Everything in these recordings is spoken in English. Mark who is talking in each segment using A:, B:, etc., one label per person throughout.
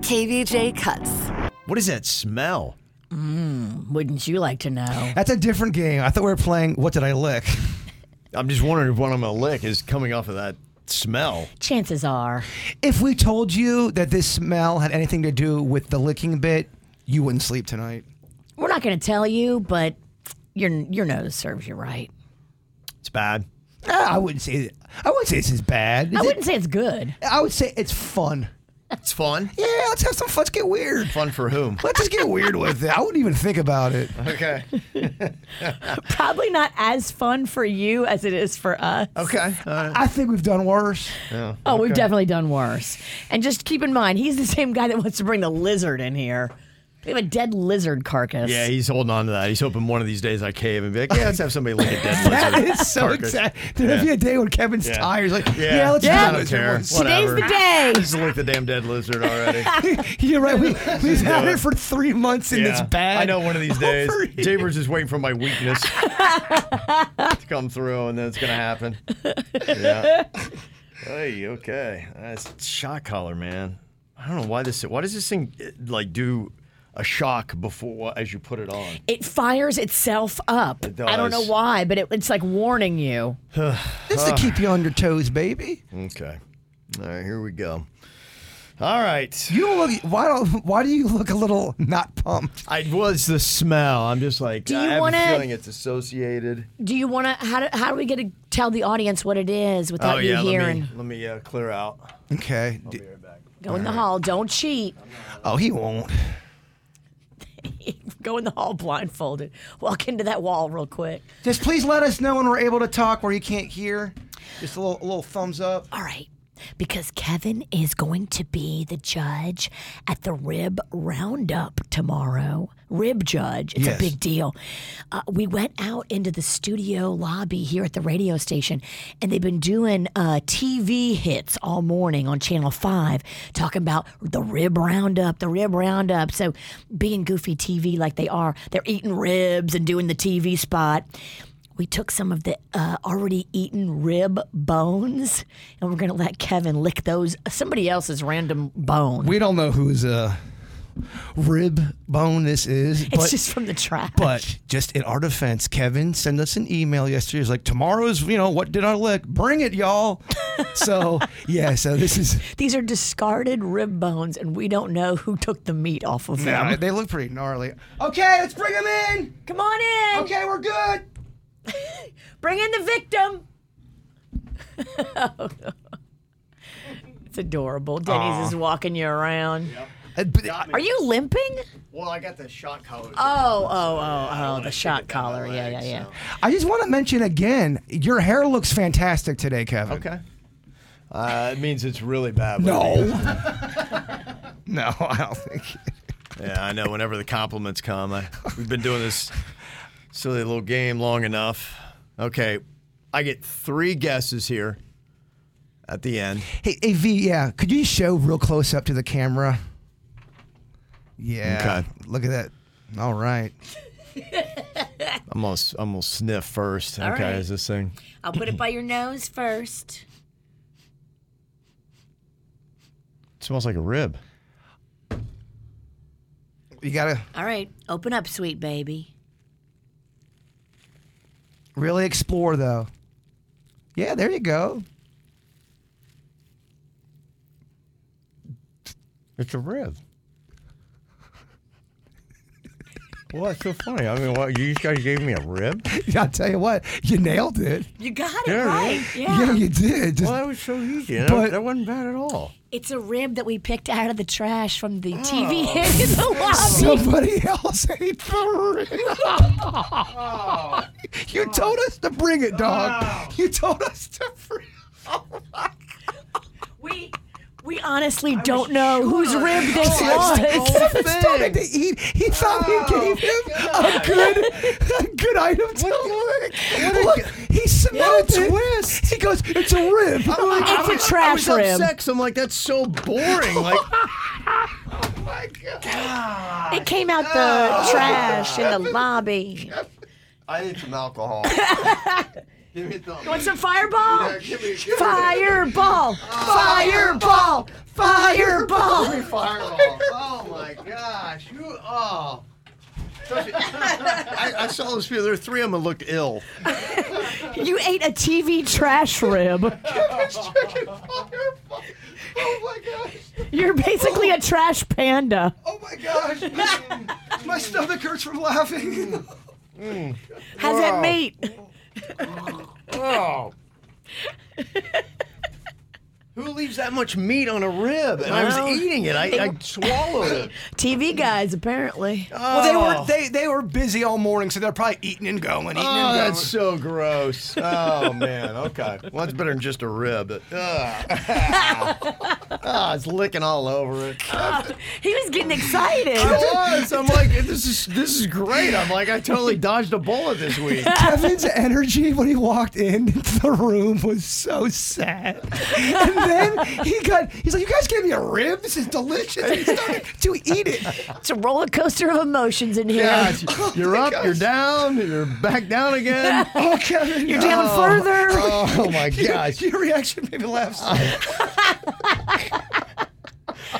A: KVJ Cuts.
B: What is that smell?
C: Wouldn't you like to know?
D: That's a different game. I thought we were playing What Did I Lick?
B: I'm just wondering if what I'm going to lick is coming off of that smell.
C: Chances are.
D: If we told you that this smell had anything to do with the licking bit, you wouldn't sleep tonight.
C: We're not going to tell you, but your your nose serves you right.
B: It's bad.
D: Ah, I wouldn't say I wouldn't say this is bad. Is
C: I
D: it-
C: wouldn't say it's good.
D: I would say it's fun.
B: It's fun.
D: Yeah, let's have some fun. Let's get weird.
B: Fun for whom?
D: Let's just get weird with it. I wouldn't even think about it.
B: Okay.
C: Probably not as fun for you as it is for us.
B: Okay. Uh,
D: I think we've done worse.
C: Oh, we've definitely done worse. And just keep in mind, he's the same guy that wants to bring the lizard in here. We have a dead lizard carcass.
B: yeah, he's holding on to that. He's hoping one of these days I cave and be like, yeah, let's have somebody lick a dead
D: That
B: lizard.
D: is so
B: carcass.
D: exact. There'd be a day when Kevin's
B: Yeah.
D: tired. He's like, yeah,
B: Yeah.
D: let's
C: Yeah.
D: do
C: I
B: don't
D: it.
B: care.
C: Today's
B: Whatever.
C: the day.
B: Just lick the damn dead lizard already.
D: You're right. We, we've had
B: do
D: it
B: it.
D: for three months in this
B: Yeah.
D: bag.
B: I know one of these days.
D: Over here.
B: Jaber's just waiting for my weakness to come through, and then it's going to happen. Yeah. Hey, okay. That's shot collar, man. I don't know why this. Why does this thing eh, like do a shock before as you put it on?
C: It fires itself up.
B: It
C: I don't know
B: does.
C: why, but it, it's like warning you.
D: This to keep you on your toes, baby.
B: Okay. All right, here we go. All right.
D: You don't look. Why don't? Why do you look a little not pumped?
B: I was the smell. I'm just like
C: Do
B: I
C: you
B: have
C: wanna-
B: a feeling it's associated.
C: Do you want to? How do, how do we get to tell the audience what it is without
B: oh
C: you
B: yeah, let
C: hearing?
B: me let me uh, clear out.
D: Okay. D-
C: Go in the hall. Don't cheat.
D: Oh, he won't.
C: Go in the hall blindfolded. Walk into that wall real quick.
D: Just please let us know when we're able to talk where you can't hear. Just a little, a little thumbs up.
C: All right. Because Kevin is going to be the judge at the rib roundup tomorrow. Rib judge. It's
D: Yes.
C: a big deal. Uh, we went out into the studio lobby here at the radio station, and they've been doing uh, TV hits all morning on Channel 5 talking about the rib roundup, the rib roundup. So, being goofy TV like they are, they're eating ribs and doing the TV spot. We took some of the uh, already eaten rib bones, and we're going to let Kevin lick those, somebody else's random bone.
D: We don't know whose uh, rib bone this is,
C: it's
D: but
C: just from the trash.
D: but just in our defense, Kevin sent us an email yesterday. It's like tomorrow's, you know, what did I lick? Bring it, y'all. so yeah, so this is.
C: These are discarded rib bones, and we don't know who took the meat off of them.
D: Nah, they look pretty gnarly. Oh. Okay, let's bring him in.
C: Come on in.
D: Okay, we're good.
C: Bring in the victim. it's adorable. Denny's is walking you around.
D: Uh, but-
C: Are you limping?
B: Well, I got the shot collar.
C: Oh, oh, oh, oh, the shot collar. Yeah, yeah, yeah.
D: I just want to mention again, your hair looks fantastic today, Kevin.
B: Okay. Uh, it means it's really bad. but-
D: No. no, I don't think.
B: Yeah, I know. Whenever the compliments come, I, we've been doing this silly little game long enough. Okay, I get three guesses here at the end.
D: Hey, hey, V, yeah, could you show real close up to the camera? Yeah.
B: Okay.
D: Look at that. All right.
B: I'm gonna, s- I'm gonna sniff first. okay,
C: right.
B: is this thing?
C: I'll put it by your nose first.
B: It smells like a rib.
D: You got to
C: All right, open up, sweet baby.
D: really explore, though. Yeah, there you go.
B: It's a rib. Well, that's so funny. I mean, what, you guys gave me a rib?
D: I'll tell you what, you nailed it.
C: You got it
B: Yeah,
C: right.
B: right.
C: Yeah.
D: Yeah, you did. Just,
B: Well, that was so easy.
D: But-
B: that, that wasn't bad at all.
C: It's a rib that we picked out of the trash from the TV hit in the lobby.
D: Somebody else ate the rib.
B: Oh,
D: you told us to bring it, dog. You told us to bring
C: We We honestly don't know whose rib this
D: Yes,
C: was.
D: it's the stomach to eat. He thought he gave him a good, a good item to lick. Look, he smelled
B: a
D: it.
B: twist.
D: He goes, "It's a rib."
B: I'm like,
C: It's
B: I
C: a
B: was-
C: trash
B: I was
C: rib.
B: upset 'cause I'm like, that's so boring.
D: Oh
B: Like,
C: It came out the trash in the lobby.
B: I need some alcohol. Give me some.
C: Want some fireball?
B: Give me, give
C: Fireball! Fireball! Fireball!
B: fireball. Oh my gosh. Who, oh. I, I saw those people. There were three of them that looked ill.
C: You ate a TV trash rib.
B: Oh my gosh.
C: You're basically a trash panda.
D: oh my gosh, my stomach hurts from laughing.
C: How's that meat?
B: Oh. Who leaves that much meat on a rib? And I
C: Well-
B: was eating it. I, I swallowed it.
C: TV guys, apparently. Oh.
D: Well, they were they they were busy all morning, so they're probably eating and going, eating
B: Oh, that's so gross. Oh man. Okay. Well, that's better than just a rib. But, ugh. Ah, it's licking all over it.
C: He was getting
B: I
C: excited.
B: was. I'm like, this is this is great. I'm like, I totally dodged a bullet this week.
D: Kevin's energy when he walked in the room was so sad. And then he got, he's like, You guys gave me a rib? This is delicious. And he started to eat it.
C: It's a roller coaster of emotions in here.
B: Yeah, you're up, you're down, you're back down again.
D: Oh, Kevin.
C: You're down further.
B: Oh my gosh.
D: Your reaction made me laugh. so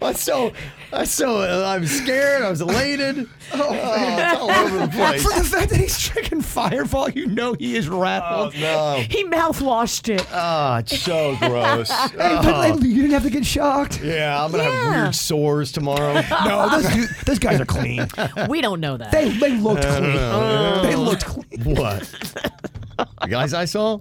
B: That's so, that's so, I'm scared, I was elated. Oh, it's all over the place.
D: For the fact that he's drinking Fireball, you know he is rattled.
B: Oh, No.
C: He mouthwashed it.
B: Oh, it's so gross.
D: Hey, but like, you didn't have to get shocked.
B: Yeah, I'm gonna
C: Yeah.
B: have weird sores tomorrow.
D: No, those, dude- those guys are clean.
C: We don't know that.
D: They, they looked clean. They looked clean.
B: what? The guys I saw?